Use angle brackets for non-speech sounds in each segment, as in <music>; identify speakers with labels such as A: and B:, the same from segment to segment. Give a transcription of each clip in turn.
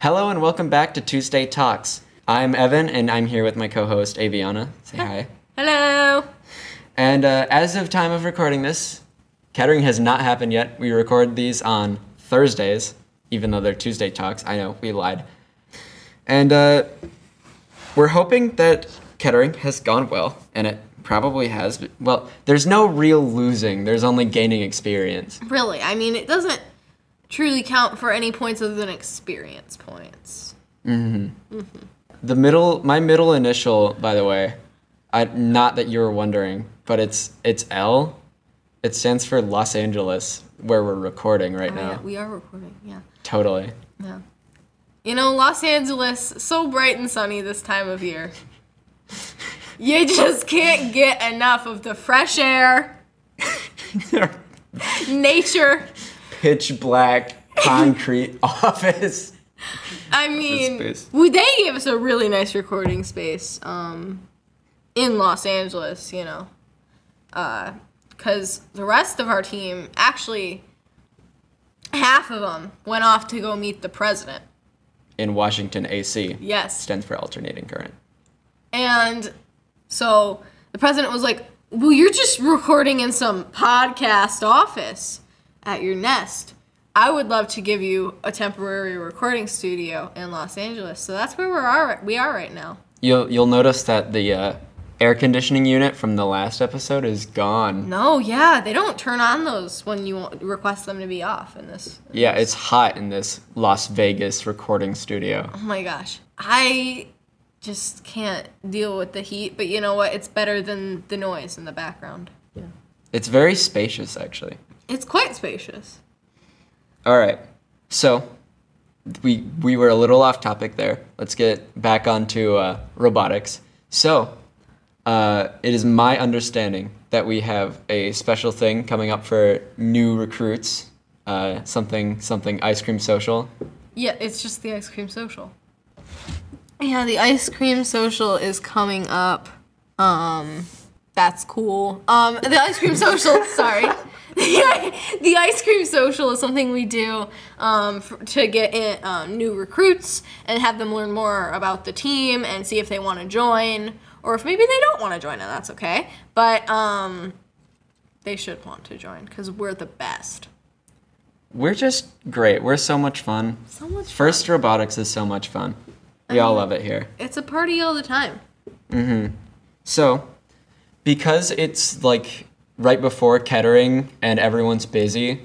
A: Hello and welcome back to Tuesday Talks. I'm Evan and I'm here with my co-host Aviana. Say hi.
B: Hello.
A: And uh, as of time of recording this, Kettering has not happened yet. We record these on Thursdays, even though they're Tuesday talks. I know we lied. And uh, we're hoping that Kettering has gone well, and it probably has. But, well, there's no real losing. There's only gaining experience.
B: Really, I mean, it doesn't truly count for any points other than experience points.
A: The middle, my middle initial, by the way, I not that you were wondering, but it's it's L. It stands for Los Angeles, where we're recording right
B: Oh, yeah,
A: now.
B: we are recording. Yeah.
A: Totally.
B: <laughs> Yeah. You know, Los Angeles, so bright and sunny this time of year. you just can't get enough of the fresh air, nature.
A: Pitch black concrete <laughs> office.
B: I mean,
A: space.
B: we, they gave us a really nice recording space um, in Los Angeles, you know. Because the rest of our team, actually, half of them went off to go meet the president.
A: in Washington AC.
B: Yes.
A: Stands for alternating current.
B: And so the president was like, Well, you're just recording in some podcast office at your nest. I would love to give you a temporary recording studio in Los Angeles. So that's where we are, we are right now.
A: You'll you'll notice that the uh, air conditioning unit from the last episode is gone.
B: No, yeah, they don't turn on those when you want- request them to be off in this.
A: Yeah, it's hot in this Las Vegas recording studio.
B: Oh my gosh. I just can't deal with the heat, but you know what? It's better than the noise in the background.
A: It's very spacious actually.
B: It's quite spacious.
A: All right. So we we were a little off topic there. Let's get back onto uh, robotics. So uh, it is my understanding that we have a special thing coming up for new recruits. Uh, something something ice cream social.
B: Yeah, it's just the ice cream social. Yeah, the ice cream social is coming up. Um, that's cool. Um, the ice cream social, <laughs> sorry. the ice cream social is something we do um, f to get in, um, new recruits and have them learn more about the team and see if they want to join or if maybe they don't want to join and that's okay. But um, they should want to join because we're the best.
A: We're just great. We're so much fun.
B: So much fun.
A: First robotics is so much fun. We all love it here.
B: It's a party all the time.
A: So, because it's like right before Kettering and everyone's busy,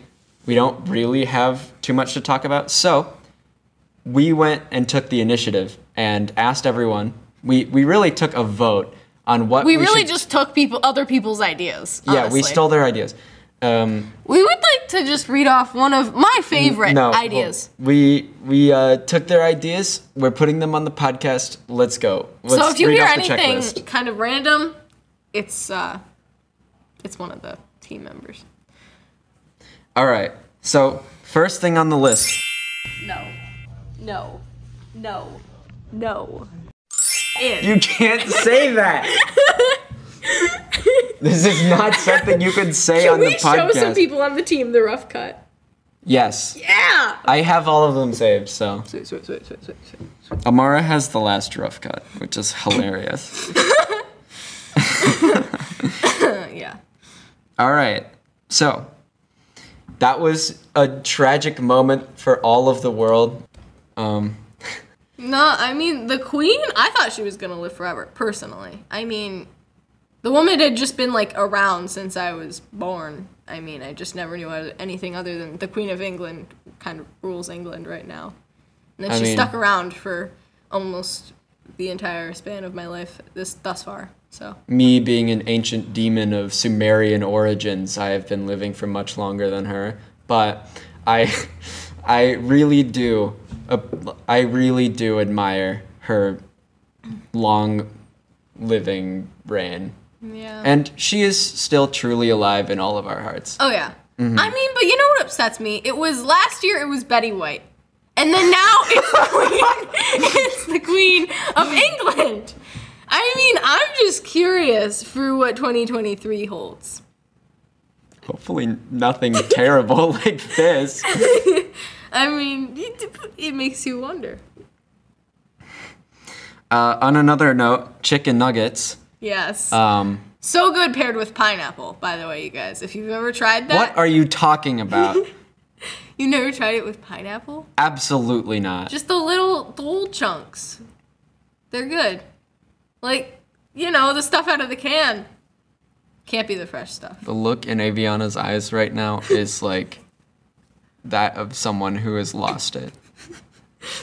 A: we don't really have too much to talk about. So, we went and took the initiative and asked everyone. We we really took a vote on what
B: we, really
A: should-
B: just took people other people's ideas.
A: yeah
B: honestly.
A: we stole their ideas. Um,
B: We would like to just read off one of my favorite
A: no well,
B: ideas.
A: we we uh, took their ideas. We're putting them on the podcast. Let's go. Let's
B: so if you
A: read
B: hear
A: off the
B: anything
A: checklist.
B: kind of random, it's uh, it's one of the team members.
A: All right. So first thing on the list.
B: No, no, no, no. It.
A: You can't say
B: <laughs>
A: that. this is not something you can say on the
B: we
A: podcast.
B: show some people on the team the rough cut.
A: Yes,
B: Yeah.
A: I have all of them saved. So
B: Sweet, sweet, sweet, sweet, sweet, sweet.
A: Amara has the last rough cut, which is hilarious.
B: Uh, yeah.
A: all right. So that was a tragic moment for all of the world. Um,
B: No, I mean the queen. I thought she was gonna live forever. Personally, I mean, the woman had just been like around since I was born. I mean, I just never knew oth- anything other than the Queen of England kind of rules England right now. And then
A: I
B: she
A: mean-
B: stuck around for almost the entire span of my life this thus far. So
A: me being an ancient demon of Sumerian origins, I have been living for much longer than her. But I, <laughs> I really do, ap- I really do admire her long living reign,
B: yeah.
A: and she is still truly alive in all of our hearts.
B: oh yeah. I mean, but you know what upsets me? It was last year. It was Betty White. <laughs> And then now it's the queen. it's the queen of England. I mean, I'm just curious for what 2023 holds.
A: Hopefully, nothing <laughs> terrible like this.
B: I mean, it, it makes you wonder.
A: Uh, on another note, chicken nuggets.
B: Yes.
A: Um,
B: so good paired with pineapple, by the way, you guys. If you've ever tried that,
A: what are you talking about?
B: you never tried it with pineapple?
A: Absolutely not.
B: Just the little, the little chunks. They're good. Like, you know, the stuff out of the can. Can't be the fresh stuff.
A: The look in Aviana's eyes right now is like that of someone who has lost it.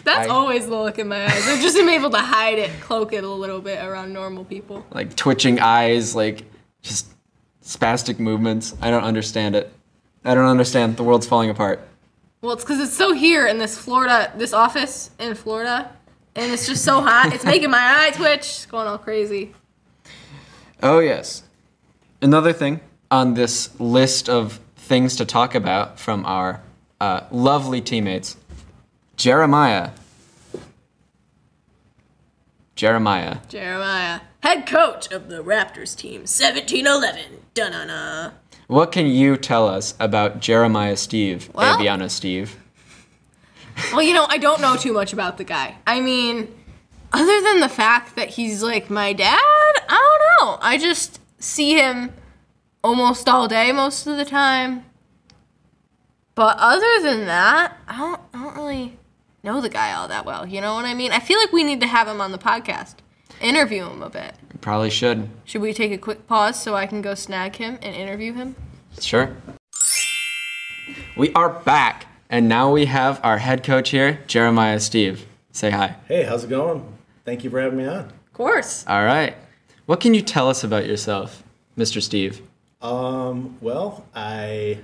B: That's
A: I-
B: always the look in my eyes. I just am able to hide it, cloak it a little bit around normal people.
A: Like twitching eyes, like just spastic movements. I don't understand it. I don't understand. The world's falling apart.
B: Well, it's because it's so here in this Florida, this office in Florida, and it's just so hot. It's making my eye twitch. It's going all crazy.
A: Oh, yes. Another thing on this list of things to talk about from our uh, lovely teammates Jeremiah. Jeremiah.
B: Jeremiah, head coach of the Raptors team, 1711. Dun dun dun.
A: What can you tell us about Jeremiah Steve,
B: Well-
A: Aviano Steve?
B: Well, you know, I don't know too much about the guy. I mean, other than the fact that he's like my dad, I don't know. I just see him almost all day most of the time. But other than that, I don't, I don't really know the guy all that well. You know what I mean? I feel like we need to have him on the podcast, interview him a bit.
A: Probably should.
B: Should we take a quick pause so I can go snag him and interview him?
A: Sure. We are back, and now we have our head coach here, Jeremiah Steve. Say hi.
C: Hey, how's it going? Thank you for having me on.
B: Of course.
A: All right. What can you tell us about yourself, Mr. Steve?
C: Um, well, I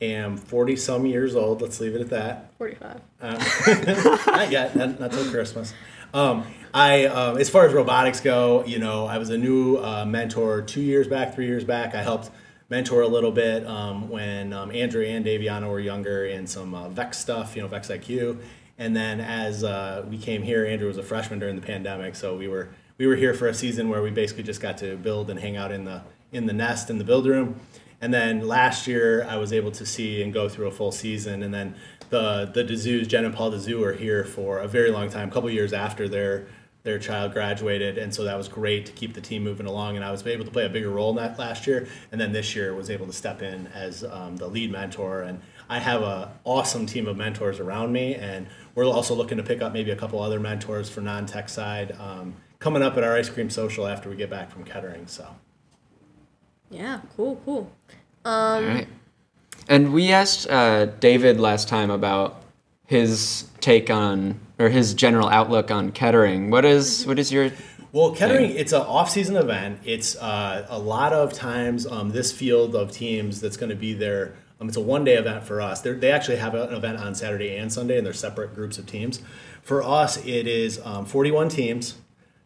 C: am 40 some years old. Let's leave it at that.
B: 45.
C: Not yet, not, not till Christmas. Um, I, um, as far as robotics go, you know, I was a new uh, mentor two years back, three years back. I helped mentor a little bit um, when um, Andrew and Daviana were younger in some uh, Vex stuff, you know, Vex IQ. And then as uh, we came here, Andrew was a freshman during the pandemic, so we were we were here for a season where we basically just got to build and hang out in the in the nest in the build room. And then last year, I was able to see and go through a full season. And then the the Dezoos, Jen and Paul Dezoo, are here for a very long time, a couple years after their their child graduated, and so that was great to keep the team moving along. And I was able to play a bigger role in that last year, and then this year was able to step in as um, the lead mentor. And I have a awesome team of mentors around me, and we're also looking to pick up maybe a couple other mentors for non tech side um, coming up at our ice cream social after we get back from Kettering. So.
B: Yeah, cool, cool.
A: All right. And we asked uh, David last time about his take on or his general outlook on Kettering. What is what is your
C: Well, Kettering, it's an off-season event. It's uh, a lot of times um, this field of teams that's going to be there. Um, it's a one-day event for us. They're, they actually have an event on Saturday and Sunday, and they're separate groups of teams. For us, it is um, 41 teams.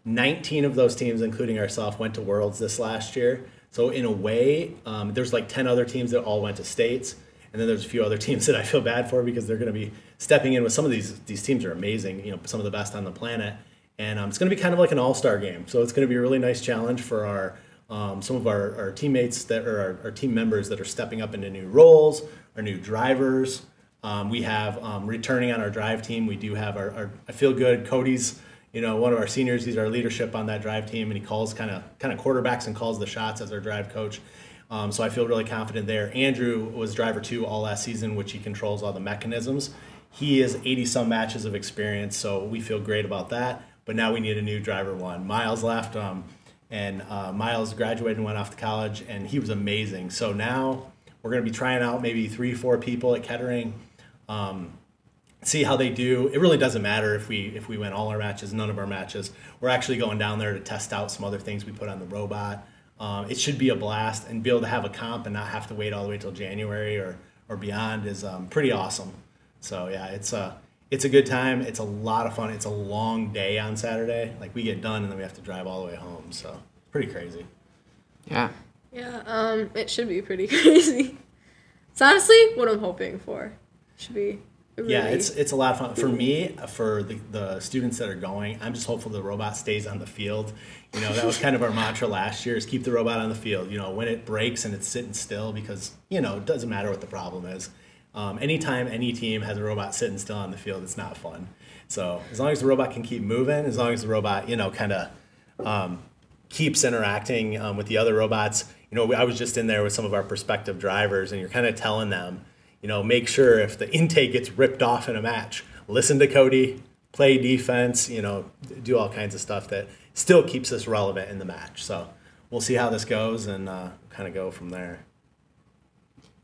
C: 19 of those teams, including ourselves, went to Worlds this last year. So in a way, um, there's like 10 other teams that all went to states. And then there's a few other <laughs> teams that I feel bad for because they're going to be stepping in with some of these. These teams are amazing, you know, some of the best on the planet. And um, it's going to be kind of like an all-star game. So it's going to be a really nice challenge for our um, some of our, our teammates that are our, our team members that are stepping up into new roles, our new drivers. Um, we have um, returning on our drive team. We do have our, our I feel good Cody's you know one of our seniors he's our leadership on that drive team and he calls kind of kind of quarterbacks and calls the shots as our drive coach um, so i feel really confident there andrew was driver two all last season which he controls all the mechanisms he is 80 some matches of experience so we feel great about that but now we need a new driver one miles left um, and uh, miles graduated and went off to college and he was amazing so now we're going to be trying out maybe three four people at kettering um, see how they do. It really doesn't matter if we if we win all our matches, none of our matches. We're actually going down there to test out some other things we put on the robot. Um, it should be a blast, and be able to have a comp and not have to wait all the way till January or or beyond is um, pretty awesome. So yeah, it's a it's a good time. It's a lot of fun. It's a long day on Saturday. Like we get done and then we have to drive all the way home. So pretty crazy.
A: yeah?
B: Yeah, <laughs> um, it should be pretty crazy. It's honestly what I'm hoping for. Should be
C: Yeah,
B: Really?
C: it's it's a lot of fun for me. For the, the students that are going, I'm just hopeful the robot stays on the field. You know, that was kind of our mantra last year: is keep the robot on the field. You know, when it breaks and it's sitting still, because you know it doesn't matter what the problem is. Um, anytime any team has a robot sitting still on the field, it's not fun. So as long as the robot can keep moving, as long as the robot, you know, kind of keeps interacting um, with the other robots. You know, I was just in there with some of our prospective drivers, and you're kind of telling them, you know, make sure if the intake gets ripped off in a match, listen to Cody, play defense, you know, do all kinds of stuff that still keeps us relevant in the match. So we'll see how this goes and uh, kind of go from there.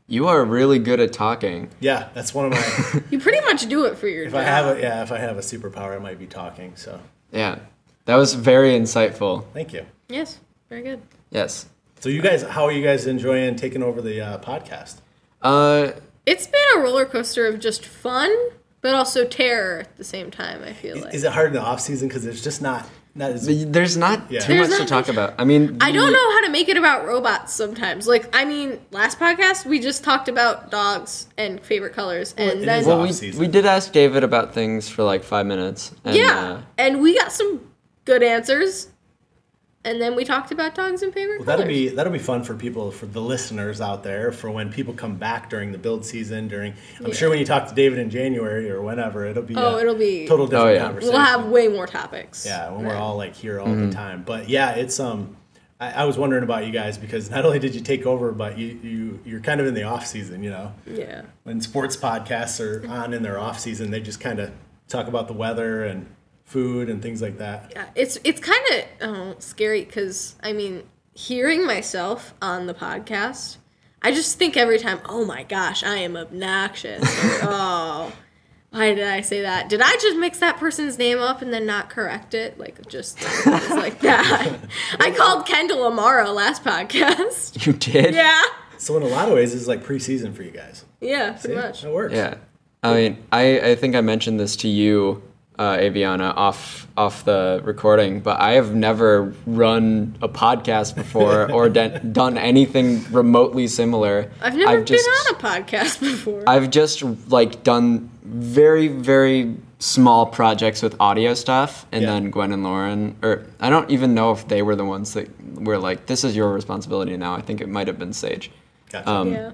A: You are really good at talking.
C: Yeah, that's one of my.
B: You pretty much do it for your
C: if
B: job.
C: I have a yeah, if I have a superpower, I might be talking. So
A: Yeah. That was very insightful.
C: thank you.
B: yes, very good.
A: Yes.
C: So you guys, how are you guys enjoying taking over the uh, podcast?
A: Uh,
B: It's been a roller coaster of just fun, but also terror at the same time. I feel like
C: Is it hard in the off season because there's just not not as
A: there's not
C: Yeah.
A: too
B: There's
A: much to
B: not
A: talk about. I mean,
B: I don't
A: the-
B: know how to make it about robots sometimes. Like I mean, last podcast we just talked about dogs and favorite colors, and
C: it
B: then
C: is
A: Well, we,
C: Off-season.
A: we did ask David about things for like five minutes. And,
B: yeah,
A: uh, <laughs>
B: and we got some good answers, and then we talked about dogs and favorite
C: Well, that'll
B: colors.
C: be that'll be fun for people for the listeners out there for when people come back during the build season during I'm
B: Yeah.
C: sure when you talk to David in January or whenever it'll be
B: Oh,
C: a
B: it'll be-
C: total different
A: Oh, yeah.
C: conversation
B: we'll have way more topics.
C: yeah when we're all like here all
A: Mm-hmm.
C: the time but yeah it's um I, I was wondering about you guys because not only did you take over but you, you you're kind of in the off season you know
B: Yeah.
C: when sports podcasts are on in their off season they just kind of talk about the weather and food and things like that
B: Yeah, Uh, it's it's kind of oh, scary because I mean, hearing myself on the podcast, I just think every time, oh my gosh, I am obnoxious. Or, oh, why did I say that? Did I just mix that person's name up and then not correct it? Like just things like that. I called Kendall Amara last
A: <laughs>
B: podcast.
A: You did?
B: yeah,
C: so in a lot of ways it's like preseason for you guys
B: yeah, pretty
C: See?
B: much.
C: it works
A: Yeah. I mean, I, I think I mentioned this to you, uh, Aviana, off off the recording, but I have never run a podcast before or done done anything remotely similar.
B: I've never
A: just,
B: been on a podcast before.
A: I've just like done very very small projects with audio stuff, and
C: Yeah.
A: then Gwen and Lauren, or I don't even know if they were the ones that were like, "This is your responsibility now." I think it might have been Sage
C: Gotcha.
A: um,
B: yeah.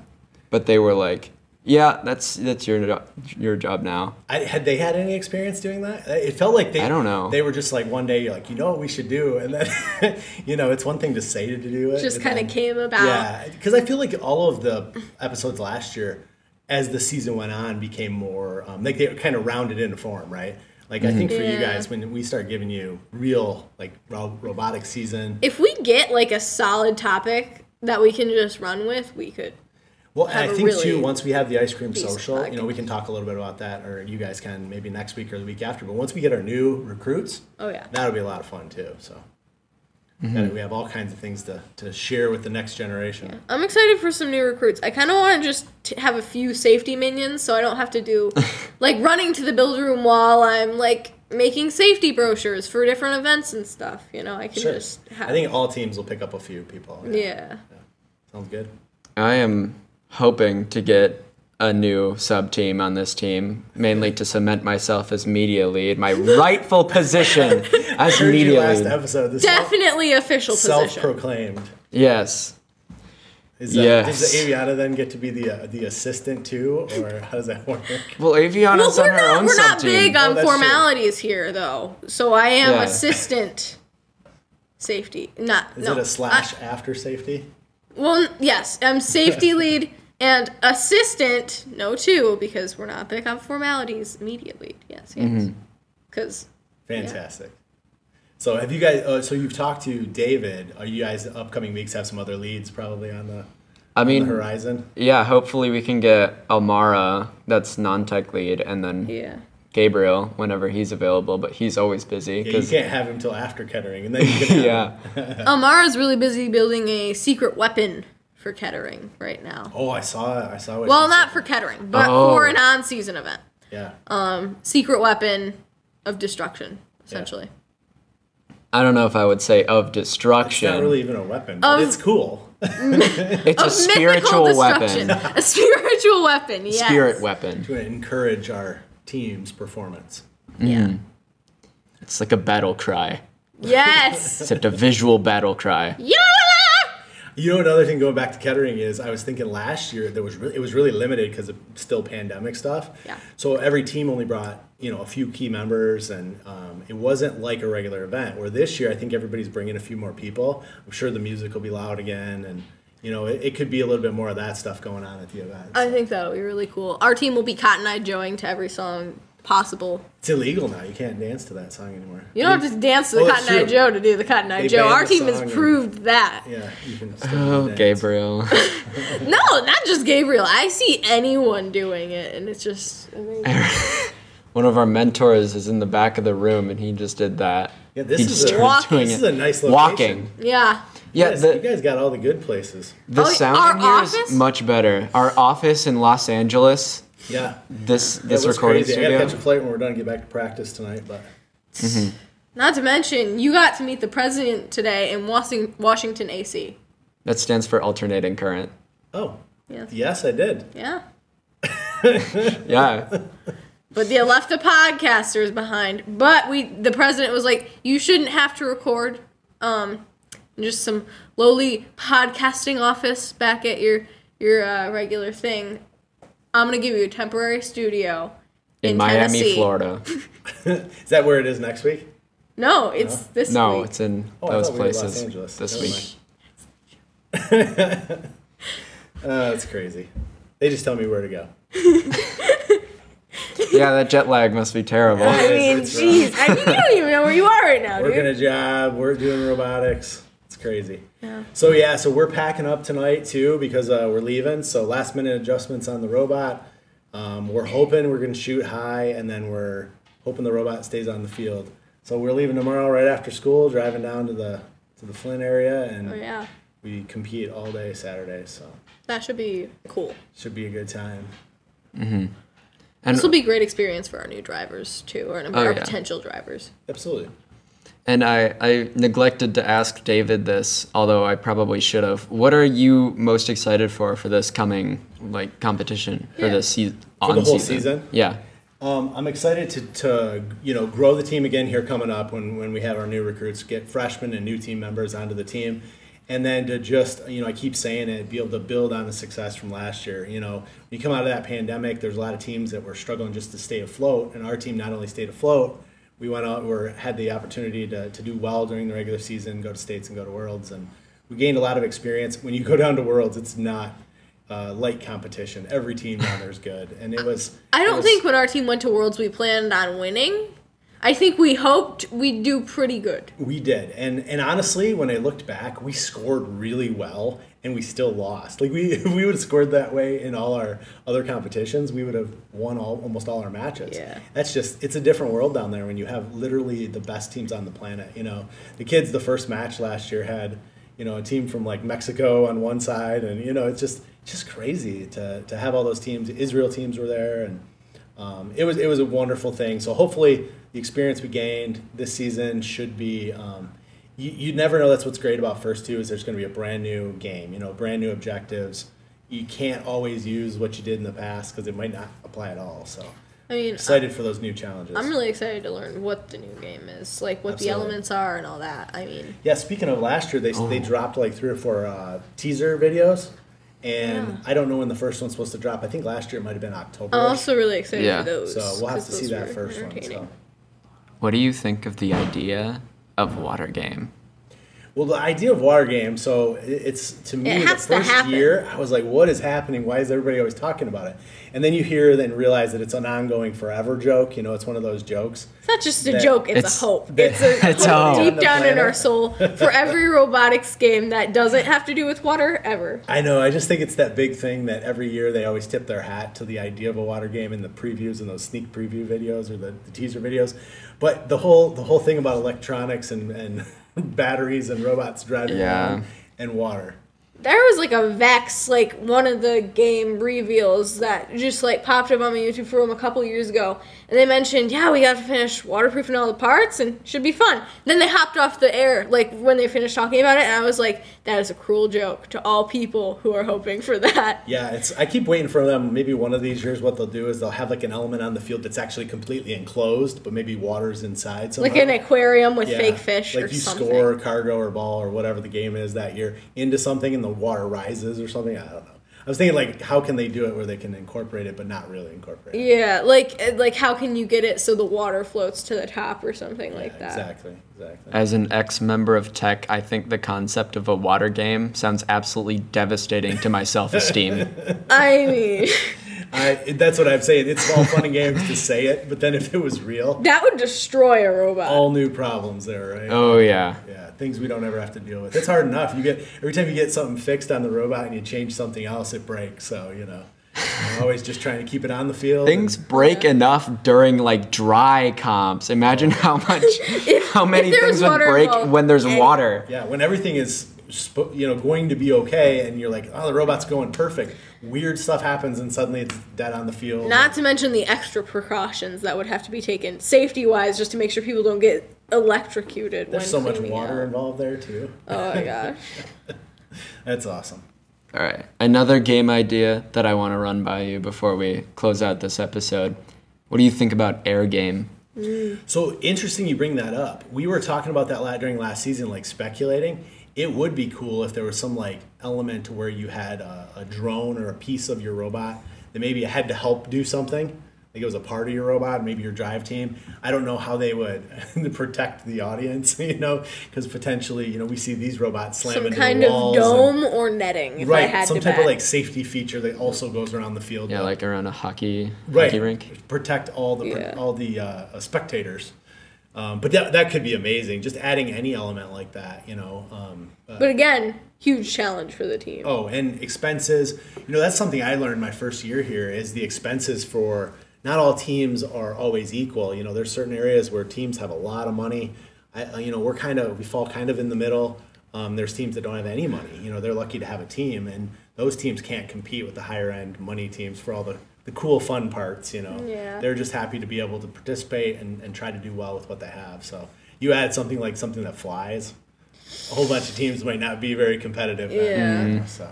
A: but they were like, "Yeah, that's that's your jo- your job now."
C: I, had they had any experience doing that? Uh, It felt like they.
A: I don't know.
C: They were just like one day, you're like, you know what we should do, <laughs> and then, you know, it's one thing to say to do it.
B: Just
C: but
B: kinda
C: then-
B: came about.
C: Yeah, because I feel like all of the episodes last year, as the season went on, became more um, like they kind of rounded into form, right? Like
A: Mm-hmm.
C: I think for you
B: Yeah.
C: guys, when we start giving you real like ro- robotic season,
B: If we get like a solid topic that we can just run with, we could
C: Well, and
B: have
C: I
B: a
C: think
B: really
C: too, once we have the ice cream
B: decent
C: social, you know, we can talk a little bit about that, or you guys can maybe next week or the week after. But once we get our new recruits,
B: Oh, yeah.
C: that'll be a lot of fun too. So And we have all kinds of things to, to share with the next generation.
B: I'm excited for some new recruits. I kind of want to just t- have a few safety minions so I don't have to
C: <laughs>
B: do like running to the build room while I'm like making safety brochures for different events and stuff. You know, I can
C: Sure,
B: just have.
C: I think all teams will pick up a few people.
B: yeah.
C: sounds good.
A: I am hoping to get a new sub team on this team, mainly to cement myself as media lead,
B: <laughs>
A: my rightful position as
C: Heard you
A: media
C: last
A: lead.
C: episode. This
B: Definitely official position.
C: self-proclaimed.
A: Yes.
C: Is that,
A: Yes.
C: Does the Aviata then get to be the uh, the assistant too, or how does that <laughs> work?
A: Well,
B: Well,
A: Aviana's on
B: we're
A: her
B: not
A: own
B: we're
A: sub
B: not
A: team.
B: big on
C: Oh, that's true.
B: formalities here though, so I am
A: Yeah. assistant
B: assistant safety. Not
C: Is
B: no.
C: it a
B: I-
C: slash after safety?
B: Well, n- yes, I'm
A: <laughs>
B: safety lead and assistant. No, two because we're not big on formalities. Media lead, yes, yes,
A: Mm-hmm.
B: because
C: Fantastic. So have you guys? Uh, so you've talked to David. Are you guys upcoming weeks have some other leads probably on the,
A: I
C: the
A: mean,
C: horizon?
A: yeah, hopefully we can get Almara, that's non tech lead, and then
B: yeah,
A: Gabriel whenever he's available, but he's always busy.
C: Yeah, you
A: 'cause-
C: can't have him till after Kettering, and then you can have him.
A: <laughs> yeah.
B: Amara's really busy building a secret weapon for Kettering right now.
C: Oh, I saw. I saw. What
B: Well,
C: she
B: not for Kettering, but
A: Oh.
B: for an on-season event.
C: said. Yeah.
B: Secret weapon of destruction, essentially.
A: I don't know if I would say of
C: It's
A: destruction.
C: not really even a weapon, but
B: Of-
C: it's cool. <laughs>
A: It's a
B: mythical
A: spiritual
B: destruction.
A: weapon.
B: <laughs> A spiritual weapon, <laughs> yes.
A: Spirit weapon.
C: to encourage our team's performance.
A: Mm-hmm. It's like a battle cry, <laughs>
B: Yes.
A: except a visual battle cry.
B: yeah!
C: You know, another thing going back to Kettering is I was thinking last year there was really, it was really limited because of still pandemic stuff.
B: Yeah.
C: So every team only brought you know a few key members, and um, it wasn't like a regular event. Where this year, I think everybody's bringing a few more people. I'm sure the music will be loud again, and you know it, it could be a little bit more of that stuff going on at the event.
B: I think that'll be really cool. Our team will be cotton eye joeing to every song possible.
C: it's illegal now; you can't dance to that song anymore.
B: You don't have to dance to the
C: Oh, that's
B: cotton eye
C: true.
B: joe to do the cotton eye
C: They
B: joe.
C: banned
B: Our
C: the
B: team has
C: song and-
B: proved
C: <laughs>
B: that.
C: Yeah, you can. Still
A: Oh,
C: dance.
A: Gabriel. <laughs>
B: No, not just Gabriel. I see anyone doing it, and it's just. amazing.
A: One of our mentors is in the back of the room, and he just did that.
C: Yeah, this
A: he
C: is
A: just
C: a-
A: started doing
C: This
A: it.
C: is a nice location.
A: Walking.
B: Yeah.
A: Yeah,
C: Yes, you
A: the,
C: guys got all the good places.
A: the
B: Oh,
A: sound
B: our
A: in here is
B: office?
A: much better. Our office in Los Angeles.
C: Yeah.
A: This this
C: That was
A: recording
C: crazy. I
A: studio.
C: gotta catch a flight when we're done. Get back to practice tonight, but
B: Not to mention, you got to meet the president today in Wasing- Washington, A.C.
A: That stands for alternating current.
C: oh,
B: Yeah.
C: yes, I did. <laughs>
B: Yeah.
A: Yeah.
B: But they left the podcasters behind. But we, the president was like, you shouldn't have to record. Um, just some lowly podcasting office back at your your uh, regular thing. I'm gonna give you a temporary studio
A: In, Miami,
B: Tennessee.
C: <laughs>
A: Florida.
C: Is that where it is next week?
B: No, it's this
A: No,
B: week.
A: it's in
C: Oh, I
A: those
C: thought we were in Los
A: places
C: Angeles.
A: this
C: Never
A: week.
C: mind. Uh, that's crazy. They just tell me where to go.
A: Yeah, that jet lag must be terrible.
B: I mean,
C: It's rough.
B: jeez, I mean, you don't even know where you are right now,
C: Working
B: dude.
C: a job. We're doing robotics. It's crazy. So yeah, so we're packing up tonight too because uh, we're leaving. So last minute adjustments on the robot. Um, we're hoping we're gonna shoot high, and then we're hoping the robot stays on the field. So we're leaving tomorrow right after school, driving down to the to the Flint area, and
B: Oh, yeah,
C: we compete all day Saturday. So
B: that should be cool.
C: should be a good time.
A: And
B: This will be a great experience for our new drivers too, or
A: Oh,
B: our
A: yeah.
B: potential drivers.
C: Absolutely.
A: and I, I neglected to ask David this, although I probably should have. What are you most excited for for this coming like competition for
B: Yeah.
A: this season?
C: the whole season?
A: Yeah.
C: Um, I'm excited to, to you know grow the team again here coming up when, when we have our new recruits get freshmen and new team members onto the team, and then to just you know I keep saying it be able to build on the success from last year. You know when you come out of that pandemic, there's a lot of teams that were struggling just to stay afloat, and our team not only stayed afloat, we went out or had the opportunity to, to do well during the regular season, go to states and go to worlds, and we gained a lot of experience. When you go down to worlds, it's not. Uh, light competition. Every team down there is good, and it was.
B: I
C: it
B: don't
C: was-
B: think when our team went to Worlds we planned on winning. I think we hoped we'd do pretty good.
C: We did, and and honestly, when I looked back, we scored really well, and we still lost. Like we <laughs> if we would have scored that way in all our other competitions, we would have won all almost all our matches.
B: Yeah.
C: that's just it's a different world down there when you have literally the best teams on the planet. You know, the kids the first match last year had you know a team from like Mexico on one side, and you know it's just just crazy to to have all those teams. Israel teams were there, and um, it was it was a wonderful thing. So hopefully the experience we gained this season should be. Um, you, you never know. That's what's great about first two is there's going to be a brand new game. You know, brand new objectives. You can't always use what you did in the past because it might not apply at all. So
B: I mean, I,
C: excited for those new challenges.
B: am really excited to learn what the new game is, like what the
C: Absolutely.
B: elements are and all that. I mean,
C: Yeah, speaking of last year, they, they dropped like three or four uh, teaser videos, and I don't know when the first one's supposed to drop. I think last year it might have been October.
B: I'm also really excited
A: Yeah.
B: for those.
C: so we'll have
B: 'cause
C: to see
B: those
C: that
B: were
C: first one.
B: entertaining.
C: So.
A: What do you think of the idea of water game?
C: Well, the idea of water game. So i- it's to me
B: It
C: the
B: has to
C: first
B: happen.
C: year I was like, "What is happening? Why is everybody always talking about it?" And then you hear, then realize that it's an ongoing forever joke. You know, it's one of those jokes.
B: It's not just a
C: that-
B: joke, it's,
A: It's-
B: a hope.
C: that-
B: it's
C: <laughs>
B: a
A: It's a
B: hope
A: hope.
B: deep down in
C: Planet.
B: our soul for
C: <laughs>
B: every robotics game that doesn't have to do with water ever.
C: I know. I just think it's that big thing that every year they always tip their hat to the idea of a water game in the previews and those sneak preview videos or the, the teaser videos. But the whole the whole <laughs> thing about electronics and, and batteries and robots driving
A: Yeah.
C: around and water.
B: there was like a Vex, like one of the game reveals that just like popped up on my YouTube forum a couple years ago, and they mentioned, yeah, we got to finish waterproofing all the parts and should be fun. Then they hopped off the air like when they finished talking about it, and I was like, that is a cruel joke to all people who are hoping for
C: <laughs>
B: that.
C: Yeah, it's. I keep waiting for them. Maybe one of these years, what they'll do is they'll have like an element on the field that's actually completely enclosed, but maybe water's inside. Somehow.
B: Like an aquarium with
C: Yeah,
B: fake fish
C: Like
B: or
C: you
B: something.
C: score cargo or ball or whatever the game is that year into something, and the water rises or something. I don't know. I was thinking like, how can they do it where they can incorporate it, but not really incorporate it?
B: Yeah, like like how can you get it so the water floats to the top or something like that?
C: Exactly. Exactly.
A: As an ex member of tech, I think the concept of a water game sounds absolutely devastating to my self esteem.
C: <laughs>
B: I mean, <laughs>
C: I, that's what I'm saying. It's all fun and games to say it, but then if it was real,
B: that would destroy a robot.
C: all new problems there, right?
A: Oh, yeah.
C: Yeah, things we don't ever have to deal with. It's hard enough. You get every time you get something fixed on the robot and you change something else, it breaks. So you know, I'm always just trying to keep it on the field. and-
A: Things break enough during like dry comps. Imagine how
C: <laughs>
A: much, how many
B: there was
A: things would
B: water
A: break
B: involved,
A: when there's
B: and-
A: water.
C: yeah, when everything is sp- you know going to be okay, and you're like, oh, the robot's going perfect. Weird stuff happens, and suddenly it's dead on the field.
B: Not to mention the extra precautions that would have to be taken safety wise just to make sure people don't get electrocuted.
C: There's
B: when
C: so much
B: cleaning
C: water
B: Out.
C: involved there too.
B: Oh
C: <laughs>
B: my gosh.
C: That's awesome.
A: All right. Another game idea that I want to run by you before we close out this episode. What do you think about air game?
C: So interesting you bring that up. We were talking about that la- during last season, like speculating. It would be cool if there was some like element to where you had a, a drone or a piece of your robot that maybe it had to help do something. Like it was a part of your robot, maybe your drive team. I don't know how they would <laughs> protect the audience, <laughs> you know, because potentially, you know, we see these robots slam
B: Some
C: into
B: kind
C: the
B: of
C: walls and-
B: dome or netting, if I
C: right,
B: had
C: some
B: to
C: type
B: bet.
C: of like safety feature that also goes around the field.
A: Yeah, like around a hockey
C: right,
A: hockey rink.
C: protect all the
B: Yeah.
C: all the uh, spectators. Um, but that, that could be amazing. Just adding any element like that, you know. Um, uh,
B: But again, huge challenge for the team.
C: oh, and expenses. You know, that's something I learned my first year here is the expenses for not all teams are always equal. You know, there's certain areas where teams have a lot of money. I, uh, you know, we're kind of we fall kind of in the middle. Um, there's teams that don't have any money. You know, they're lucky to have a team, and those teams can't compete with the higher end money teams for all the the cool fun parts. You know,
B: Yeah.
C: they're just happy to be able to participate and, and try to do well with what they have. So you add something like something that flies. A whole bunch of teams might not be very competitive. then, So.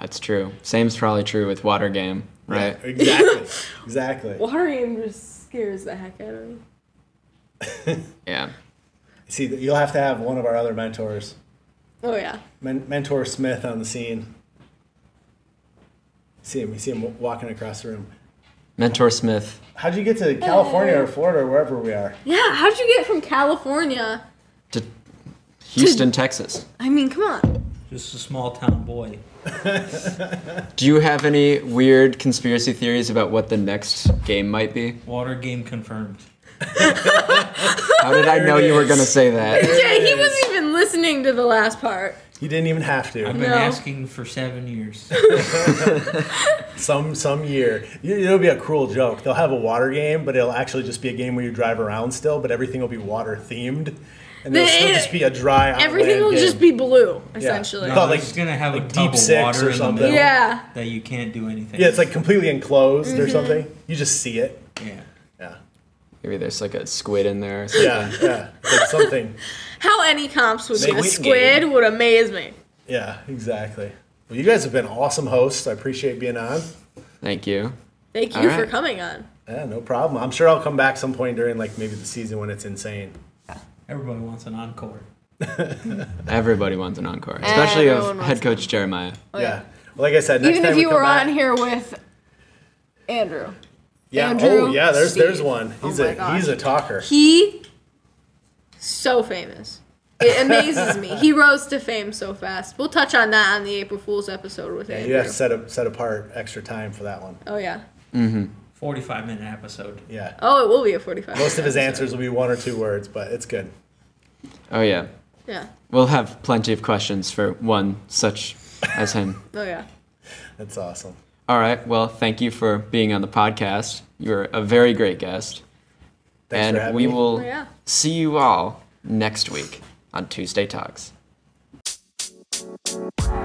A: That's true. Same's probably true with water game, right?
C: Yeah, <laughs> exactly. exactly.
B: Water game just scares the heck out of me.
A: Yeah.
C: See, you'll have to have one of our other mentors,
B: Oh yeah.
C: Men- mentor Smith, on the scene. See him. You see him wa- walking across the room.
A: Mentor Smith.
C: How'd you get to California or Florida or wherever we are?
B: Yeah, how'd you get from California?
A: to Houston, Texas.
B: I mean, come on.
D: Just a small town boy.
A: Do you have any weird conspiracy theories about what the next game might be?
D: Water game confirmed.
A: How did I know you were going to say that?
B: Jay, he wasn't even listening to the last part.
C: You didn't even have
D: I've
C: to.
D: been
B: No.
D: asking for
C: <laughs>
D: seven years.
C: Some some year. You- It'll be a cruel joke. They'll have a water game, but it'll actually just be a game where you drive around still, but everything will be water themed, and it'll
B: They-
C: still just be a dry.
B: Everything
C: outland
B: will
C: game.
B: just be blue, essentially.
C: No.
D: No,
C: Thought,
D: like,
C: like-
D: it's gonna have
C: like
D: a
C: Deep
D: tub of
C: Six or
D: water in the
C: something.
D: middle
B: Yeah.
D: that you can't do anything.
C: Yeah, it's like completely enclosed
B: Mm-hmm.
C: or something. You just see it.
D: yeah.
C: Yeah.
A: Maybe there's like a squid in there. or something.
C: Yeah, yeah. Like something.
B: How any comps would be a
C: Squid
B: squid
C: game.
B: would amaze me.
C: Yeah, exactly. Well, you guys have been awesome hosts. I appreciate being on.
A: Thank you.
B: Thank
A: All
B: you for
A: right.
B: coming on.
C: Yeah, no problem. I'm sure I'll come back some point during like maybe the season when it's insane.
D: Everybody wants an encore.
A: Everybody wants an encore, especially
E: Everyone
A: of
E: wants
A: head coach Jeremiah.
C: yeah. Well, like I said, next
E: Oh, Even
C: time
E: if
C: we
E: you
C: come
E: were
C: back-
E: on here with Andrew.
C: yeah. oh
E: Andrew,
C: yeah, there's there's
E: Steve.
C: one.
E: Oh
C: He's
E: my
C: a
E: gosh.
C: he's a talker.
B: He so famous. It amazes me. He rose to fame so fast. We'll touch on that on the April Fools episode with
C: Yeah,
B: Andrew.
C: you have to set up set apart extra time for that one.
B: Oh yeah.
D: Forty-five minute episode.
C: Yeah.
B: Oh, it will be a forty-five.
C: Most of his answers will be one or two words, but it's good.
A: Oh, yeah.
B: Yeah.
A: We'll have plenty of questions for one such as him.
B: Oh yeah.
C: That's awesome.
A: All right. Well, thank you for being on the podcast. You're a very great guest.
C: Thanks for
A: and
C: having
A: we
C: me.
A: will
B: Oh, yeah.
A: see you all next week on Tuesday Talks.
F: Wow.